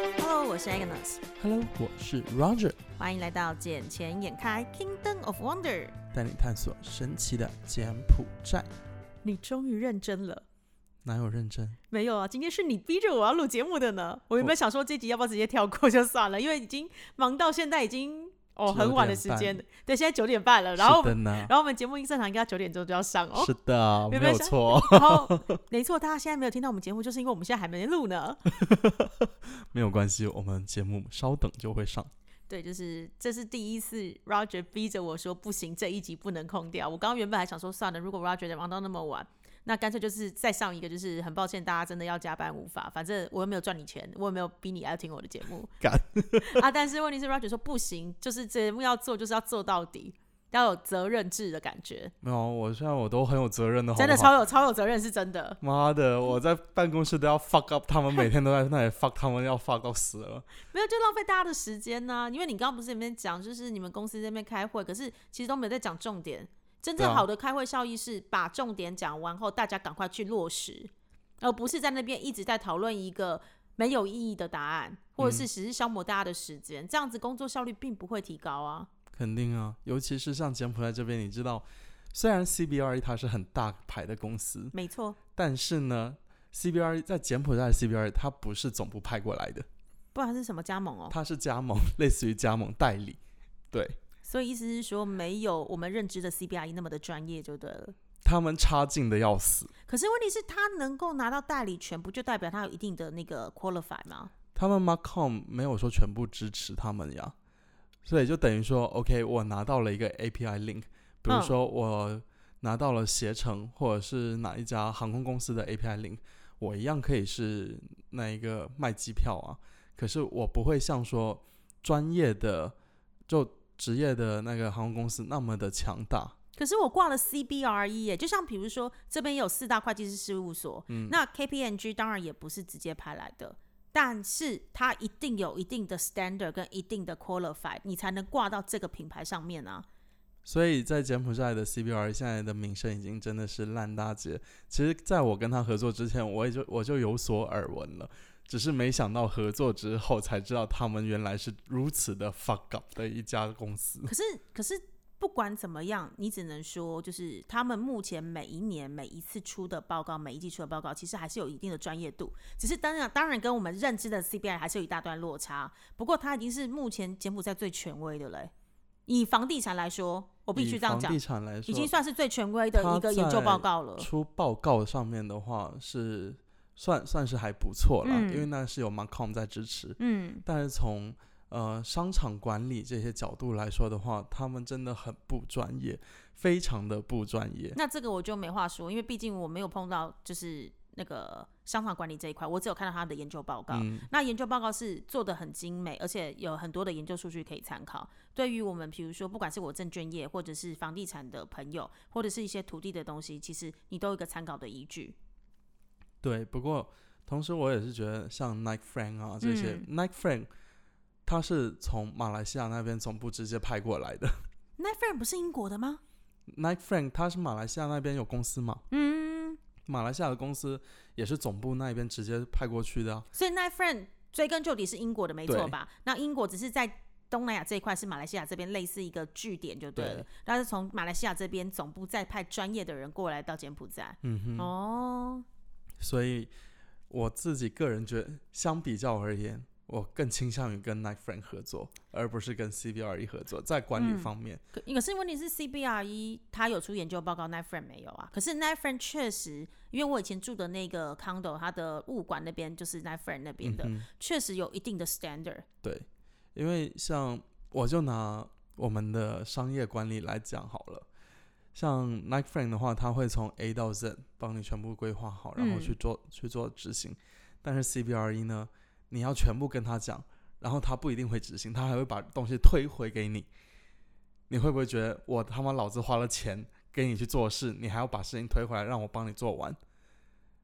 是 Agnes， Hello，我是 Roger，欢迎来到《眼前眼开 Kingdom of Wonder》。带你探索神奇的柬埔寨。你终于认真了。哪有认真？没有啊，今天是你逼着我要录节目的呢。我原本想说这集要不要直接跳过就算了，因为已经忙到现在已经哦9很晚的时间了。对，现在九点半了，呃然后我是的们呢，然后我们节目一正常应该九点钟就要上哦。是的，有没有没有想错， 然后没错，大家现在没有听到我们节目，就是因为我们现在还没录呢。没有关系，我们节目稍等就会上。对，就是这是第一次 Roger 逼着我说不行，这一集不能空掉。我刚刚原本还想说算了，如果 Roger 忙到那么晚，那干脆就是再上一个，就是很抱歉大家真的要加班无法，反正我又没有赚你钱，我也没有逼你要听我的节目干啊。但是问题是 Roger 说不行，就是节目要做就是要做到底，要有责任制的感觉，没有，我现在我都很有责任的，真的好不好超有超有责任，是真的。妈的，我在办公室都要 fuck up，他们每天都在那里 fuck，他们要 fuck 到死了。没有，就浪费大家的时间呢、因为你刚刚不是在那边讲，就是你们公司在那边开会，可是其实都没有在讲重点。真对正啊好的开会效益是把重点讲完后，大家赶快去落实，而不是在那边一直在讨论一个没有意义的答案，或者是只是消磨大家的时间。这样子工作效率并不会提高啊。肯定啊，尤其是像柬埔寨这边，你知道，虽然 CBRE E 它是很大牌的公司，没错，但是呢，CBRE E，在柬埔寨的 CBRE E，它不是总部派过来的，不然是什么加盟哦。它是加盟，类似于加盟代理。对所以意思是说，没有我们认知的 CBRE 那么的专业就对了。他们差劲的要死，可是问题是他能够拿到代理权，不就代表他有一定的那个 qualify 吗？他们 Macom 没有说全部支持他们呀，所以就等于说，OK，我拿到了一个 API link，比如嗯说我拿到了携程或者是哪一家航空公司的 API link，我一样可以是那一个卖机票啊，可是我不会像说专业的就职业的那个航空公司那么的强大，可是我挂了 CBRE E 耶，就像比如说这边也有四大会计师事务所，那 KPMG 当然也不是直接派来的，但是它一定有一定的 standard 跟一定的 qualified，你才能挂到这个品牌上面啊。所以在柬埔寨的 CBR 现在的名声已经真的是烂大街。其实，在我跟他合作之前，我也就我就有所耳闻了，只是没想到合作之后才知道他们原来是如此的 fuck up 的一家公司。可是，可是不管怎么样，你只能说，就是他们目前每一年每一次出的报告，每一季出的报告，其实还是有一定的专业度。只是当然，当然跟我们认知的 CBI 还是有一大段落差。不过，它已经是目前柬埔寨最权威的嘞、欸以房地产来说，我必须以这样房讲地，产来已经说，算是最权威的一个研究报告了。出报告上面的话是算算是还不错啦，嗯因为那是有 Macom 在支持。嗯，但是从呃商场管理这些角度来说的话，他们真的很不专业，非常的不专业。那这个我就没话说，因为毕竟我没有碰到就是那个商场管理这一块，我只有看到他的研究报告。嗯，那研究报告是做的很精美，而且有很多的研究数据可以参考。对于我们，比如说不管是我证券业，或者是房地产的朋友，或者是一些土地的东西，其实你都有一个参考的依据。对，不过同时我也是觉得像 Nike Frank 啊这些、Nike 嗯 Frank，他是从马来西亚那边总部直接派过来的。 n i f r i e n 不是英国的吗？ Nike Frank 他是马来西亚那边有公司嘛，嗯，马来西亚的公司也是总部那边直接派过去的、啊。所以 n i f r i e n 追根究底是英国的，没错对吧？那英国只是在东南亚这一块是马来西亚这边类似一个据点就对了对，但是从马来西亚这边总部再派专业的人过来到柬埔寨。嗯哼，哦，所以我自己个人觉得，相比较而言，我更倾向于跟 Nike Frank 合作，而不是跟 CBRE E 合作，在管理嗯方面。可可是问题是 CBRE 它 E 有出研究报告 n i f r i e n 没有啊？可是 n i f r i e n 确实，因为我以前住的那个 condo，它的物管那边就是 n i f r i e n 那边嗯的，哼确实有一定的 standard。对，因为像我就拿我们的商业管理来讲好了，像 Nike Frank 的话，他会从 A 到 Z 帮你全部规划好，然后嗯去做、去做执行。但是 CBRE E 呢，你要全部跟他讲，然后他不一定会执行，他还会把东西推回给你。你会不会觉得我他妈老子花了钱给你去做事，你还要把事情推回来让我帮你做完？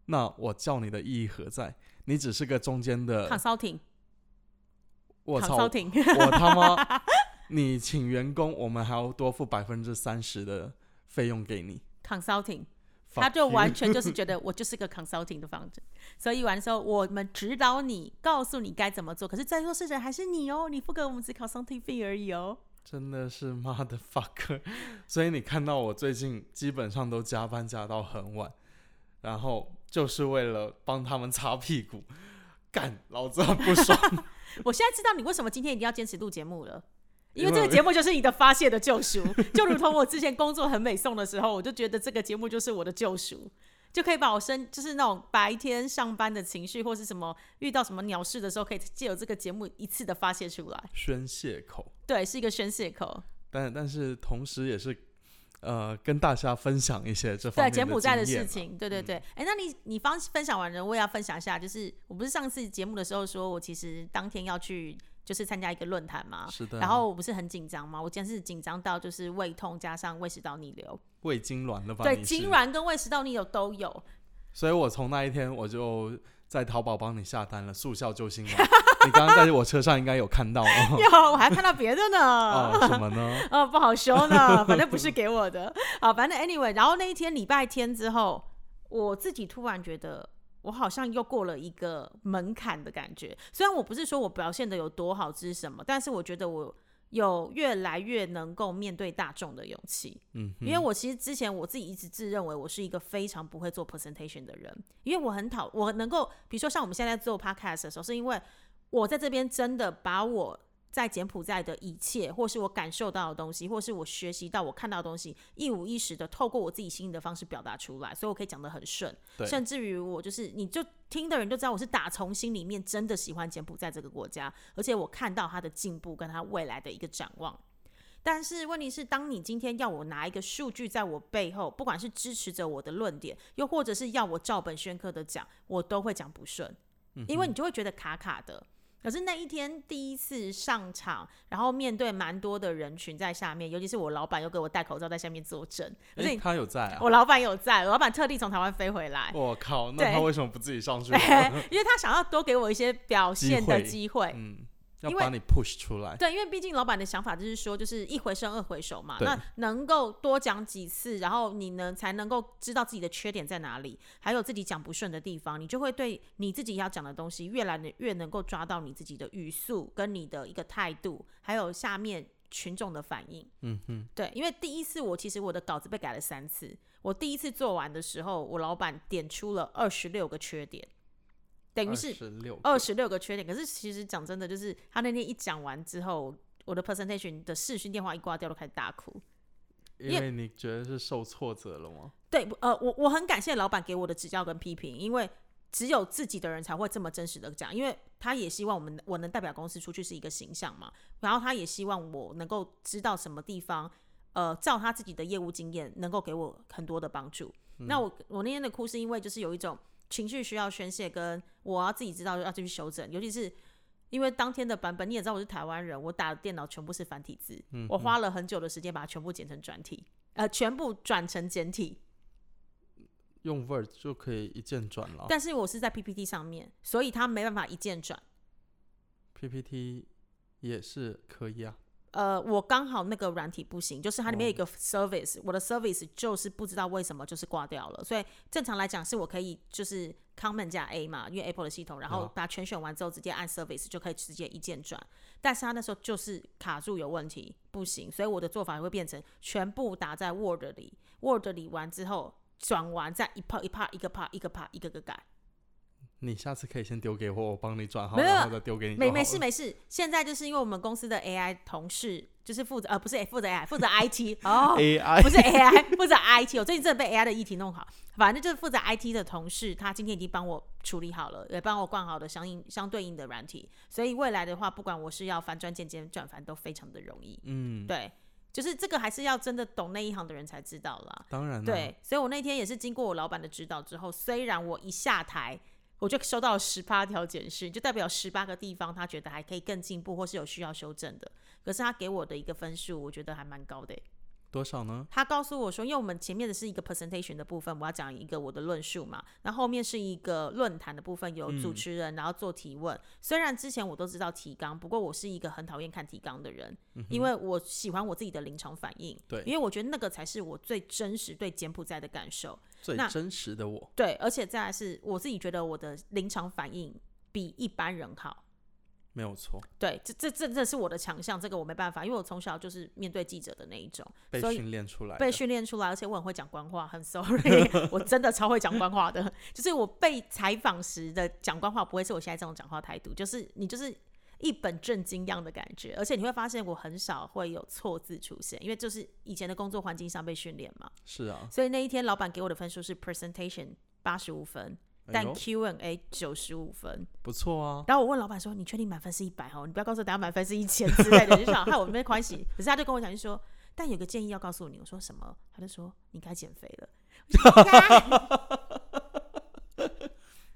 那我叫你的意义何在？你只是个中间的， consulting，consulting，呃我操， 我他妈，你请员工，我们还要多付百分之三十的费用给你， consulting，他 Fuck 就 you 完全就是觉得 我就是个 consulting 的方针，所以完之后我们指导你，告诉你该怎么做，可是最后事人还是你哦，你不给我们只 consulting 费而已哦。真的是妈的 fucker，所以 你看到我最近基本上都加班加到很晚，然后就是为了帮他们擦屁股，干，老子很不 爽。我现在知道你为什么今天一定要坚持录节目了。因因为这为个节目就是你的发泄的救赎，就如同我之前工作很美颂的时候，我就觉得这个节目就是我的救赎，就可以把我生就是那种白天上班的情绪或是什么遇到什么鸟事的时候，可以借由这个节目一次的发泄出来。宣泄口，对，是一个宣泄口。但但是同时也是，呃，跟大家分享一些这方对面柬埔寨的经事验啊。情，对对对。哎、那你你方分享完了，我也要分享一下，就是我不是上次节目的时候说我其实当天要去就是参加一个论坛嘛，是的啊，然后我不是很紧张吗？我今天是紧张到就是胃痛加上胃食道逆流，胃痉挛了吧？对，你痉是。挛跟胃食道逆流都有。所以我从那一天我就在淘宝帮你下单了速效救心丸。你刚刚在我车上应该有看到 哦。有，我还看到别的呢。啊、什么呢？哦，不好说呢，反正不是给我的。好，反正 anyway，然后那一天礼拜天之后，我自己突然觉得。我好像又过了一个门槛的感觉，虽然我不是说我表现的有多好之什么，但是我觉得我有越来越能够面对大众的勇气。嗯哼，因为我其实之前我自己一直自认为我是一个非常不会做 presentation 的人，因为我很讨我能够，比如说像我们现在做 podcast 的时候，是因为我在这边真的把我在柬埔寨的一切，或是我感受到的东西，或是我学习到我看到的东西，一五一十的透过我自己心里的方式表达出来，所以我可以讲得很顺，对甚至于我就是你就听的人就知道我是打从心里面真的喜欢柬埔寨这个国家，而且我看到它的进步跟它未来的一个展望。但是问题是，当你今天要我拿一个数据在我背后，不管是支持着我的论点，又或者是要我照本宣科的讲，我都会讲不顺，因为你就会觉得卡卡的。可是那一天第一次上场，然后面对蛮多的人群在下面，尤其是我老板又给我戴口罩在下面作证，而且诶你他有在啊。我老板有在，我老板特地从台湾飞回来，我靠，那对他为什么不自己 上去？对，哎因为他想要多给我一些表现的机会。嗯，要因为把你 push 出来。对，因为毕竟老板的想法就是说，就是一回生二回熟嘛。对那能够多讲几次，然后你能才能够知道自己的缺点在哪里，还有自己讲不顺的地方，你就会对你自己要讲的东西越来越越能够抓到你自己的语速跟你的一个态度，还有下面群众的反应。嗯哼，对，因为第一次我其实我的稿子被改了三次，我第一次做完的时候，我老板点出了二十六个缺点，等于是哦十六，二十六个缺点。可是其实讲真的，就是他那天一讲完之后，我的 presentation 的视讯电话一挂掉，都开始大哭。因因为你觉得是受挫折了吗？对，呃，我我很感谢老板给我的指教跟批评，因为只有自己的人才会这么真实的讲，因为他也希望我们我能代表公司出去是一个形象嘛，然后他也希望我能够知道什么地方，呃，照他自己的业务经验能够给我很多的帮助。那我我那天的哭是因为就是有一种情绪需要宣泄，跟我要自己知道要去修正，尤其是。因为当天的版本，你也知道我是台湾人，我打的电脑全部是繁体字，嗯我花了很久的时间把它全部剪成转体，呃，全部转成简体，用 Word 就可以一键转了啊。但是我是在 PPT 上面，所以他没办法一键转。 PPT 也是可以啊。呃，我刚好那个软体不行，就是它里面有一哦个 service，、我的 service 就是不知道为什么就是挂掉了，所以正常来讲是我可以就是 comment 加 A 嘛，因为 Apple 的系统，然后对啊把它全选完之后直接按 service 就可以直接一键转，但是它那时候就是卡住有问题，不行，所以我的做法会变成全部打在 Word 里，Word 里完之后转完再一 part 一 part 一个 part 一个 part 一个个改。你下次可以先丢给我，我帮你转好，没有然后再丢给你就好没了。没事没事，现在就是因为我们公司的 AI 同事就是负责呃不是负责 AI 负责 IT 哦 AI 不是 AI 负责 IT，我最近真的被 AI 的议题弄好，反正就是负责 IT 的同事，他今天已经帮我处理好了，也帮我灌好了相应相对应的软体，所以未来的话，不管我是要翻转、间接转翻，都非常的容易。嗯，对，就是这个还是要真的懂那一行的人才知道啦。当然、啊、，对，所以我那天也是经过我老板的指导之后，虽然我一下台，我就收到了十八条简讯，就代表十八个地方他觉得还可以更进步，或是有需要修正的。可是他给我的一个分数，我觉得还蛮高的欸。多少呢？他告诉我说，因为我们前面的是一个 presentation 的部分，我要讲一个我的论述嘛，然后后面是一个论坛的部分，有主持人，然后做提问。虽然之前我都知道提纲，不过我是一个很讨厌看提纲的人，因为我喜欢我自己的临场反应。对因为我觉得那个才是我最真实对柬埔寨的感受。最那真实的我。对，而且再来是我自己觉得我的临场反应比一般人好。没有错，对，这这这这是我的强项，这个我没办法，因为我从小就是面对记者的那一种，被所以训练出来被的。训练出来，而且我很会讲官话，很 sorry，我 真的超会讲官话的。就是我被采访时的讲官话，不会是我现在这种讲话态度，就是你就是一本正经样的感觉。而且你会发现，我很少会有错字出现，因为就是以前的工作环境上被训练嘛。是啊，所以那一天老板给我的分数是 presentation 八十五分，哎但呦， Q&A 九十五分。不错啊，然后我问老板说：“你确定满分是一百哦？你不要告诉我等下满分是一千之类的，你就想 害我没关系。”可是他就跟我讲，就说：“但有个建议要告诉你。”我说：“什么？”他就说：“你该减肥了。我说啊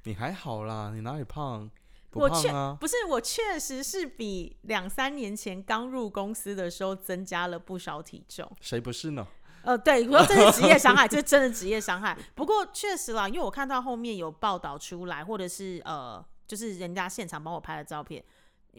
你还好啦，你哪里胖？不我胖确啊”， 不是，我确实是比两三年前刚入公司的时候增加了不少体重。谁不是呢？呃，对，我说这是职业伤害，这是真的职业伤害。不过确实啦，因为我看到后面有报道出来，或者是呃，就是人家现场帮我拍的照片，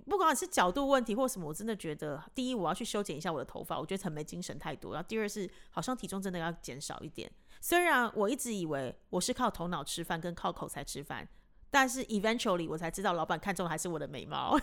不管是角度问题或什么，我真的觉得，第一我要去修剪一下我的头发，我觉得很没精神太多。然后第二是好像体重真的要减少一点。虽然我一直以为我是靠头脑吃饭跟靠口才吃饭。但是 eventually 我才知道，老板看中的还是我的美貌。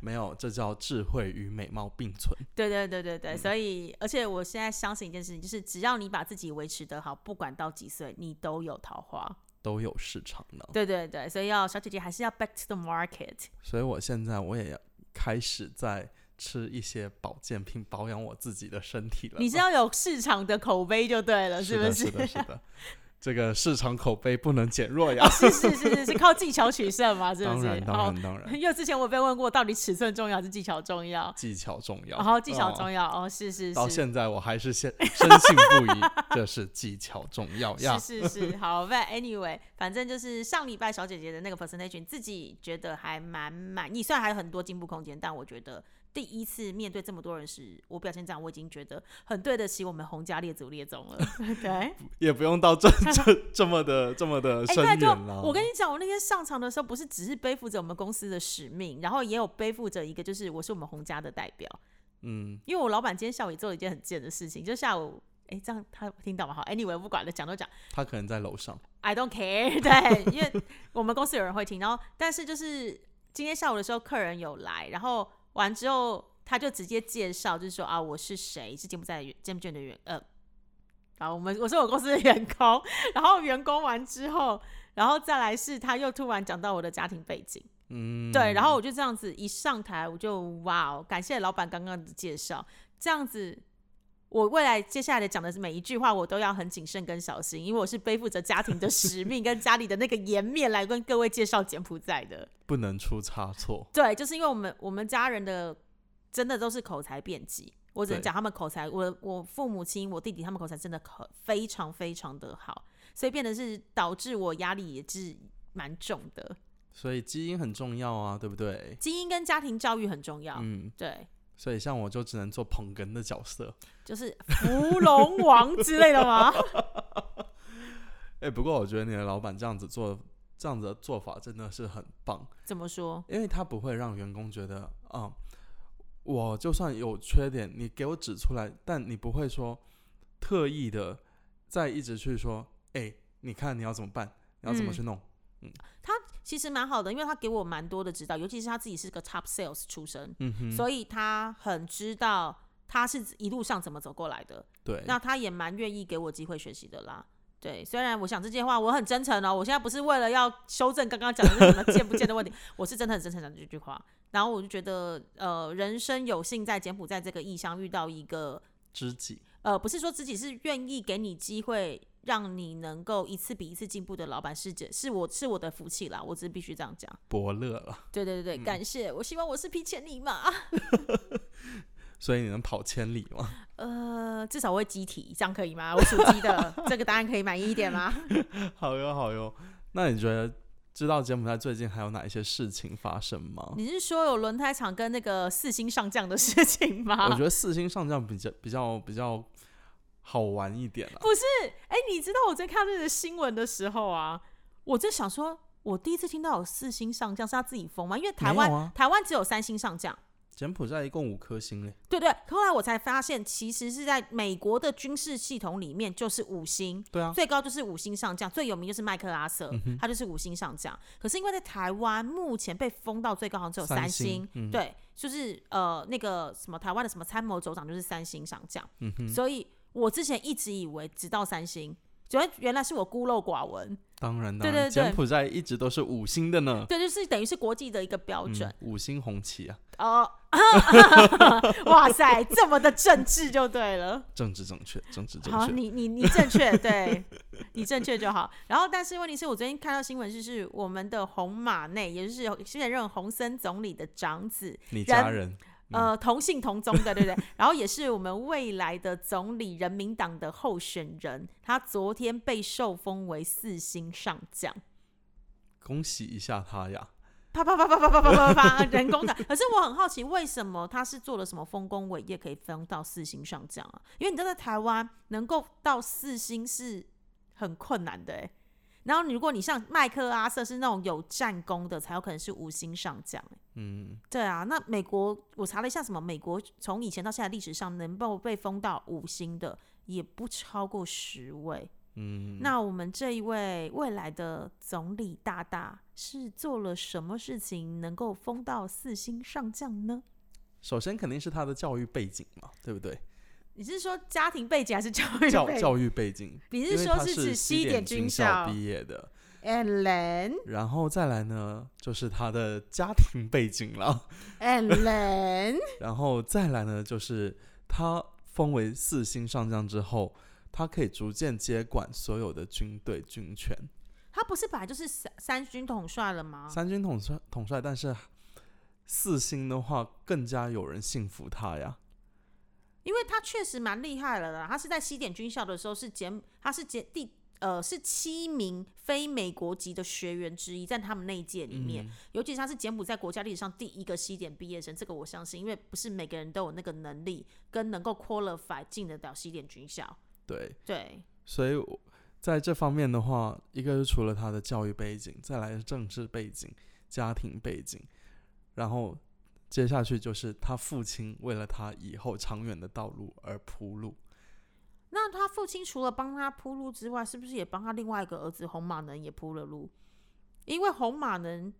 没有，这叫智慧与美貌并存。对对对对对，嗯所以而且我现在相信一件事情，就是只要你把自己维持得好，不管到几岁，你都有桃花。都有市场呢。对对对，所以要小姐姐还是要 back to the market。所以我现在我也开始在吃一些保健品，保养我自己的身体了。你是要有市场的口碑就对了，是不的是？。啊的，是的。这个市场口碑不能减弱 呀是是是是是靠技巧取胜嘛，哦是不当是然，？当哦，然，当然，因为之前我被问过，到底尺寸重要还是技巧重要？技巧重要。啊然后哦技巧重要。要哦，是是哦到是。现在我还是深深信不疑，这是技巧重要呀。是是是，好，反 anyway，反正就是上礼拜小姐姐的那个 presentation，自己觉得还蛮满意，虽然还有很多进步空间，但我觉得第一次面对这么多人时，我表现这样，我已经觉得很对得起我们洪家列祖列宗 了。哎对，也不用到这这这么的这么的哎，深对，就远了。我跟你讲，我那天上场的时候，不是只是背负着我们公司的使命，然后也有背负着一个，就是我是我们洪家的代表。嗯，因为我老板今天下午也做了一件很贱的事情，就下午，哎，这样他听到吗？好，anyway，不管了，讲都讲。他可能在楼上， I don't care，对，因为我们公司有人会听。然后，但是就是今天下午的时候，客人有来，然后完之后，他就直接介绍，就是说啊，我是谁，是柬埔寨的柬埔寨的员，呃，然后我们我是我公司的员工。 然后员工完之后，然后再来是他又突然讲到我的家庭背景，嗯，对，然后我就这样子一上台，我就哇哦，感谢老板刚刚的介绍，这样子。我未来接下来的讲的每一句话，我都要很谨慎跟小心，因为我是背负着家庭的使命跟家里的那个颜面来跟各位介绍柬埔寨的。不能出差错。对，就是因为我们我们家人的真的都是口才辩解，我只能对讲他们口才，我我父母亲、我弟弟他们口才真的很非常非常的好，所以变得是导致我压力也是蛮重的。所以基因很重要啊，对不对？基因跟家庭教育很重要，嗯，对。所以像我就只能做捧哏的角色。就是芙蓉王之类的吗？ 哎、不过我觉得你的老板这样子做，这样子的做法真的是很棒，怎么说？因为他不会让员工觉得啊、我就算有缺点，你给我指出来，但你不会说特意的再一直去说，哎、你看你要怎么办，你要怎么嗯去弄，其实蛮好的，因为他给我蛮多的指导，尤其是他自己是个 top sales 出身，嗯哼，所以他很知道他是一路上怎么走过来的。对，那他也蛮愿意给我机会学习的啦。对，虽然我想这些话我很真诚哦，我现在不是为了要修正刚刚讲的那什么见不见的问题， 我是真的很真诚讲这句话。然后我就觉得，呃，人生有幸在柬埔寨这个异乡遇到一个知己，呃，不是说自己是愿意给你机会，让你能够一次比一次进步的老板是这是我是我的福气啦，我只是必须这样讲。伯乐了，对对对对，感谢，我希望我是匹千里马，所以你能跑千里吗？ 呃，至少我会集体，这样可以吗？我属鸡 的，这个答案可以满意一点吗？好哟好哟，那你觉得知道柬埔寨最近还有哪一些事情发生吗？你是说有轮胎厂跟那个四星上将的事情吗？我觉得四星上将比较比较比较好玩一点啊啦。不是，哎、你知道我在看那个新闻的时候啊，我就想说，我第一次听到有四星上将是他自己封吗？因为台没湾、有啊台湾只有三星上将，柬埔寨一共五颗星嘞，对对，后来我才发现，其实是在美国的军事系统里面就是五星，对啊，最高就是五星上将，最有名就是麦克阿嗯瑟，他就是五星上将。可是因为在台湾目前被封到最高好像只有三三星，嗯对，就是呃那个什么台湾的什么参谋首长就是三星上将，嗯哼，所以我之前一直以为只到三星，觉得原来是我孤陋寡闻，当然当对然，对对柬埔寨一直都是五星的呢，对，就是等于是国际的一个标准嗯，五星红旗啊，哦。 哇塞，这么的政治就对了。政治正确，政治正好，确，你你你正 确，对你正确就好。然后，但是问题是我昨天看到新闻，就是我们的红马内，也就是现任洪森总理的长子，你人家人嗯呃，同姓同宗的，对 不对？然后也是我们未来的总理人民党的候选人，他昨天被受封为四星上将。恭喜一下他呀，啪啪啪啪啪啪啪啪啪，人工的。可是我很好奇，为什么他是做了什么丰功伟业可以分到四星上将啊？因为你知道，在台湾能够到四星是很困难的、欸。然后如果你像麦克阿瑟是那种有战功的，才有可能是五星上将、欸。嗯，对啊，那美国我查了一下，什么美国从以前到现在历史上能够被封到五星的，也不超过十位。嗯，那我们这一位未来的总理大大是做了什么事情能够封到四星上将呢？首先肯定是他的教育背景嘛，对不对？你是说家庭背景还是教育教背景？教育背景，你因是为说他是指西点军校毕业的， ？And then 然后再来呢，就是他的家庭背 景了， and then 然后再来呢，就是他封为四星上将之后，他可以逐渐接管所有的军队军权，他不是本来就是三三军统帅了吗？三军统帅统帅，但是四星的话更加有人信服他呀，因为他确实蛮厉害了啦，他是在西点军校的时候是柬，他是柬第呃是七名非美国籍的学员之一，在他们那一届里面，嗯尤其是他是柬埔寨国家历史上第一个西点毕业生，这个我相信，因为不是每个人都有那个能力跟能够 qualify 进得了西点军校。对，对，所以我在这方面的话，一个是除了他的教育背景，再来是政治背景、家庭背景，然后接下去就是他父亲为了他以后长远的道路而铺路。那他父亲除了帮他铺路之外，是不是也帮他另外一个儿子红马能也铺了路？因为红马能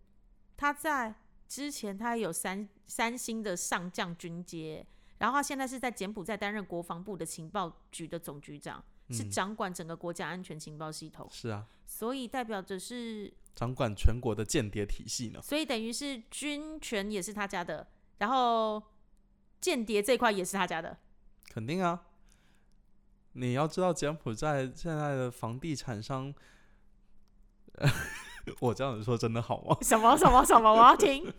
他在之前他也有三三星的上将军阶，然后他现在是在柬埔寨担任国防部的情报局的总局长，是嗯掌管整个国家安全情报系统，是啊，所以代表着是，掌管全国的间谍体系呢。所以等于是军权也是他家的，然后间谍这块也是他家的。肯定啊。你要知道，柬埔寨现在的房地产商， 我这样子说真的好吗？什么什么什么？我要听。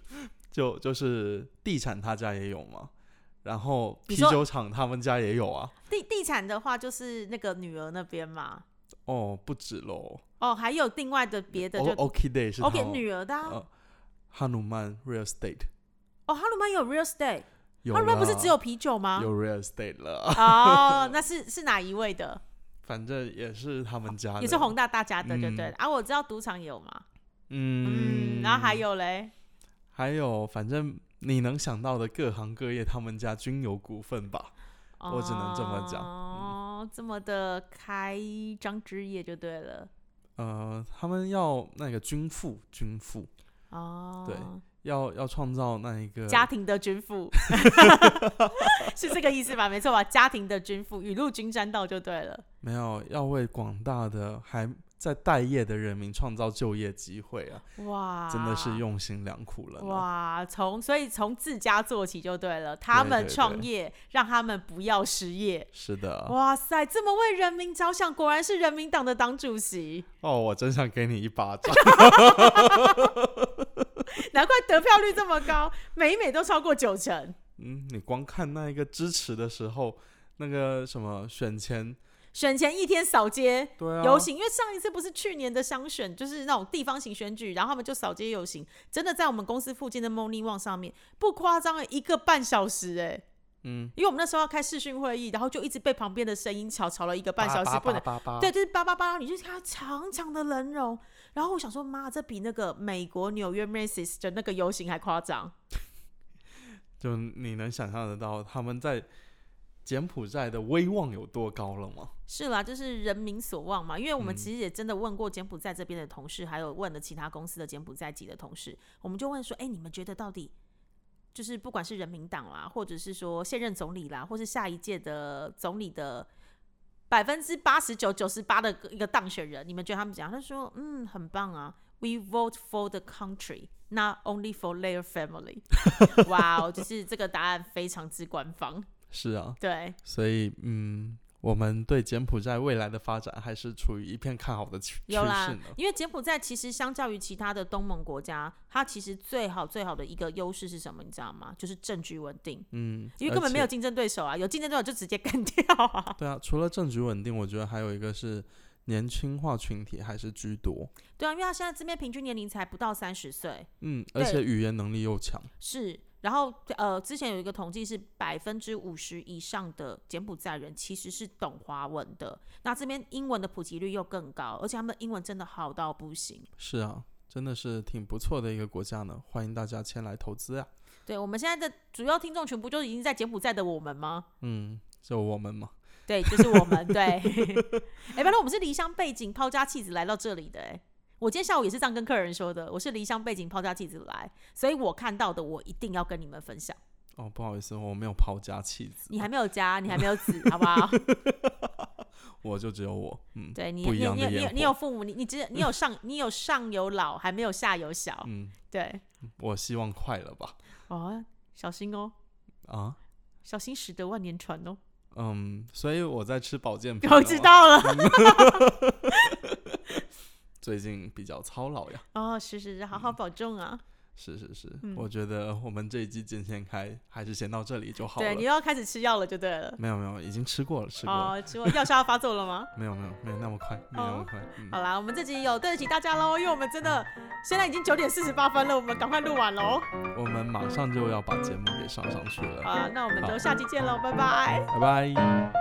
就就是地产他家也有嘛，然后你啤说酒厂他们家也有啊。地地产的话，就是那个女儿那边嘛。哦，不止喽哦，还有另外的别的就，O K Day 哦是他 OK 们女儿的啊、呃，哈努曼 Real Estate 哦，哈鲁曼有 real estate，有哈鲁曼不是啦只有啤酒吗？有 Real Estate 了， 哦，那是是哪一位的？反正也是他们家的，也是宏大大家的，就嗯对了、啊。我知道赌场有嘛，嗯嗯，然后还有嘞，还有，反正你能想到的各行各业，他们家均有股份吧？我只能这么讲嗯哦，这么的开张之夜就对了。呃，他们要那个均富，均富哦，对啊要要创造那一个家庭的军 富是这个意思吧？没错吧？家庭的军富，雨露均沾到就对了。没有要为广大的还在待业的人民创造就业机会啊，哇，真的是用心良苦了呢。哇，从所以从自家做起就对了，他对们对创对啊业，让他们不要失业。是的，哇塞，这么为人民着想，果然是人民党的党主席，哦，我真想给你一巴 掌。难怪得票率这么高，每每都超过九成。嗯，你光看那一个支持的时候，那个什么选前，选前一天扫街对啊，游行，因为上一次不是去年的乡选，就是那种地方型选举，然后他们就扫街游行，真的在我们公司附近的 Money One 上面，不夸张，一个半小时哎、嗯，因为我们那时候要开视讯会议，然后就一直被旁边的声音吵，吵了一个半小时，不能八八，对，就是叭叭叭，你就看到长长的人龙，然后我想说，妈，这比那个美国纽约 Macy's 的那个游行还夸张。就你能想象得到他们在柬埔寨的威望有多高了吗？是啦，就是人民所望嘛。因为我们嗯其实也真的问过柬埔寨这边的同事，还有问了其他公司的柬埔寨籍的同事，我们就问说：哎、你们觉得到底就是不管是人民党啦，或者是说现任总理啦，或是下一届的总理的百分之八十九、九十八的一个当选人，你们觉得他们怎样？他说：嗯，很棒啊，We vote for the country。Not only for their family，哇哦，就是这个答案非常之官方，是啊，对，所以嗯，我们对柬埔寨未来的发展还是处于一片看好的趋趋有啦势呢，。因为柬埔寨其实相较于其他的东盟国家，它其实最好最好的一个优势是什么？你知道吗？就是政局稳定，嗯，因为而根本没且有竞争对手啊，有竞争对手就直接干掉啊。 对啊，除了政局稳定，我觉得还有一个是年轻化群体还是居多。对啊，因为它现在这边平均年龄才不到三十岁，嗯，而对且语言能力又强。是。然后呃，之前有一个统计是百分之五十以上的柬埔寨人其实是懂华文的，那这边英文的普及率又更高，而且他们英文真的好到不行。是啊，真的是挺不错的一个国家呢，欢迎大家前来投资啊。对我们现在的主要听众群不就已经在柬埔寨的我们吗？嗯，就我们嘛，对，就是我们对。 哎、本来我们是离乡背景抛家弃子来到这里的、哎，我今天下午也是这样跟客人说的，我是离乡背景抛家弃子来，所以我看到的我一定要跟你们分享。哦，不好意思，我没有抛家弃子，你还没有家，你还没有子，好不好？ 我就只有我。嗯对你，不一你样你的有你烟有火你有父母，你你只你有上你有上有老，还没有下有小，嗯，对，我希望快了吧？哦，小心哦，啊，小心驶得万年船哦。嗯，所以我在吃保健 品。我知。道了，最近比较操劳呀。哦，是是是，好嗯好保重啊。是是是，嗯我觉得我们这一季见先开还是先到这里就好对了你。又要开始吃药了，就对了。没有没有，已经吃过了，吃过了。哦，吃完药效要发作了吗？没有没有没有那么快，没有那么哦快。嗯，好啦，我们这集有对得起大家喽，因为我们真的现在已经九点四十八分了，我们赶快录完喽。我们马上就要把节目给上上去了，好，那我们就好下期见喽，拜拜。拜拜。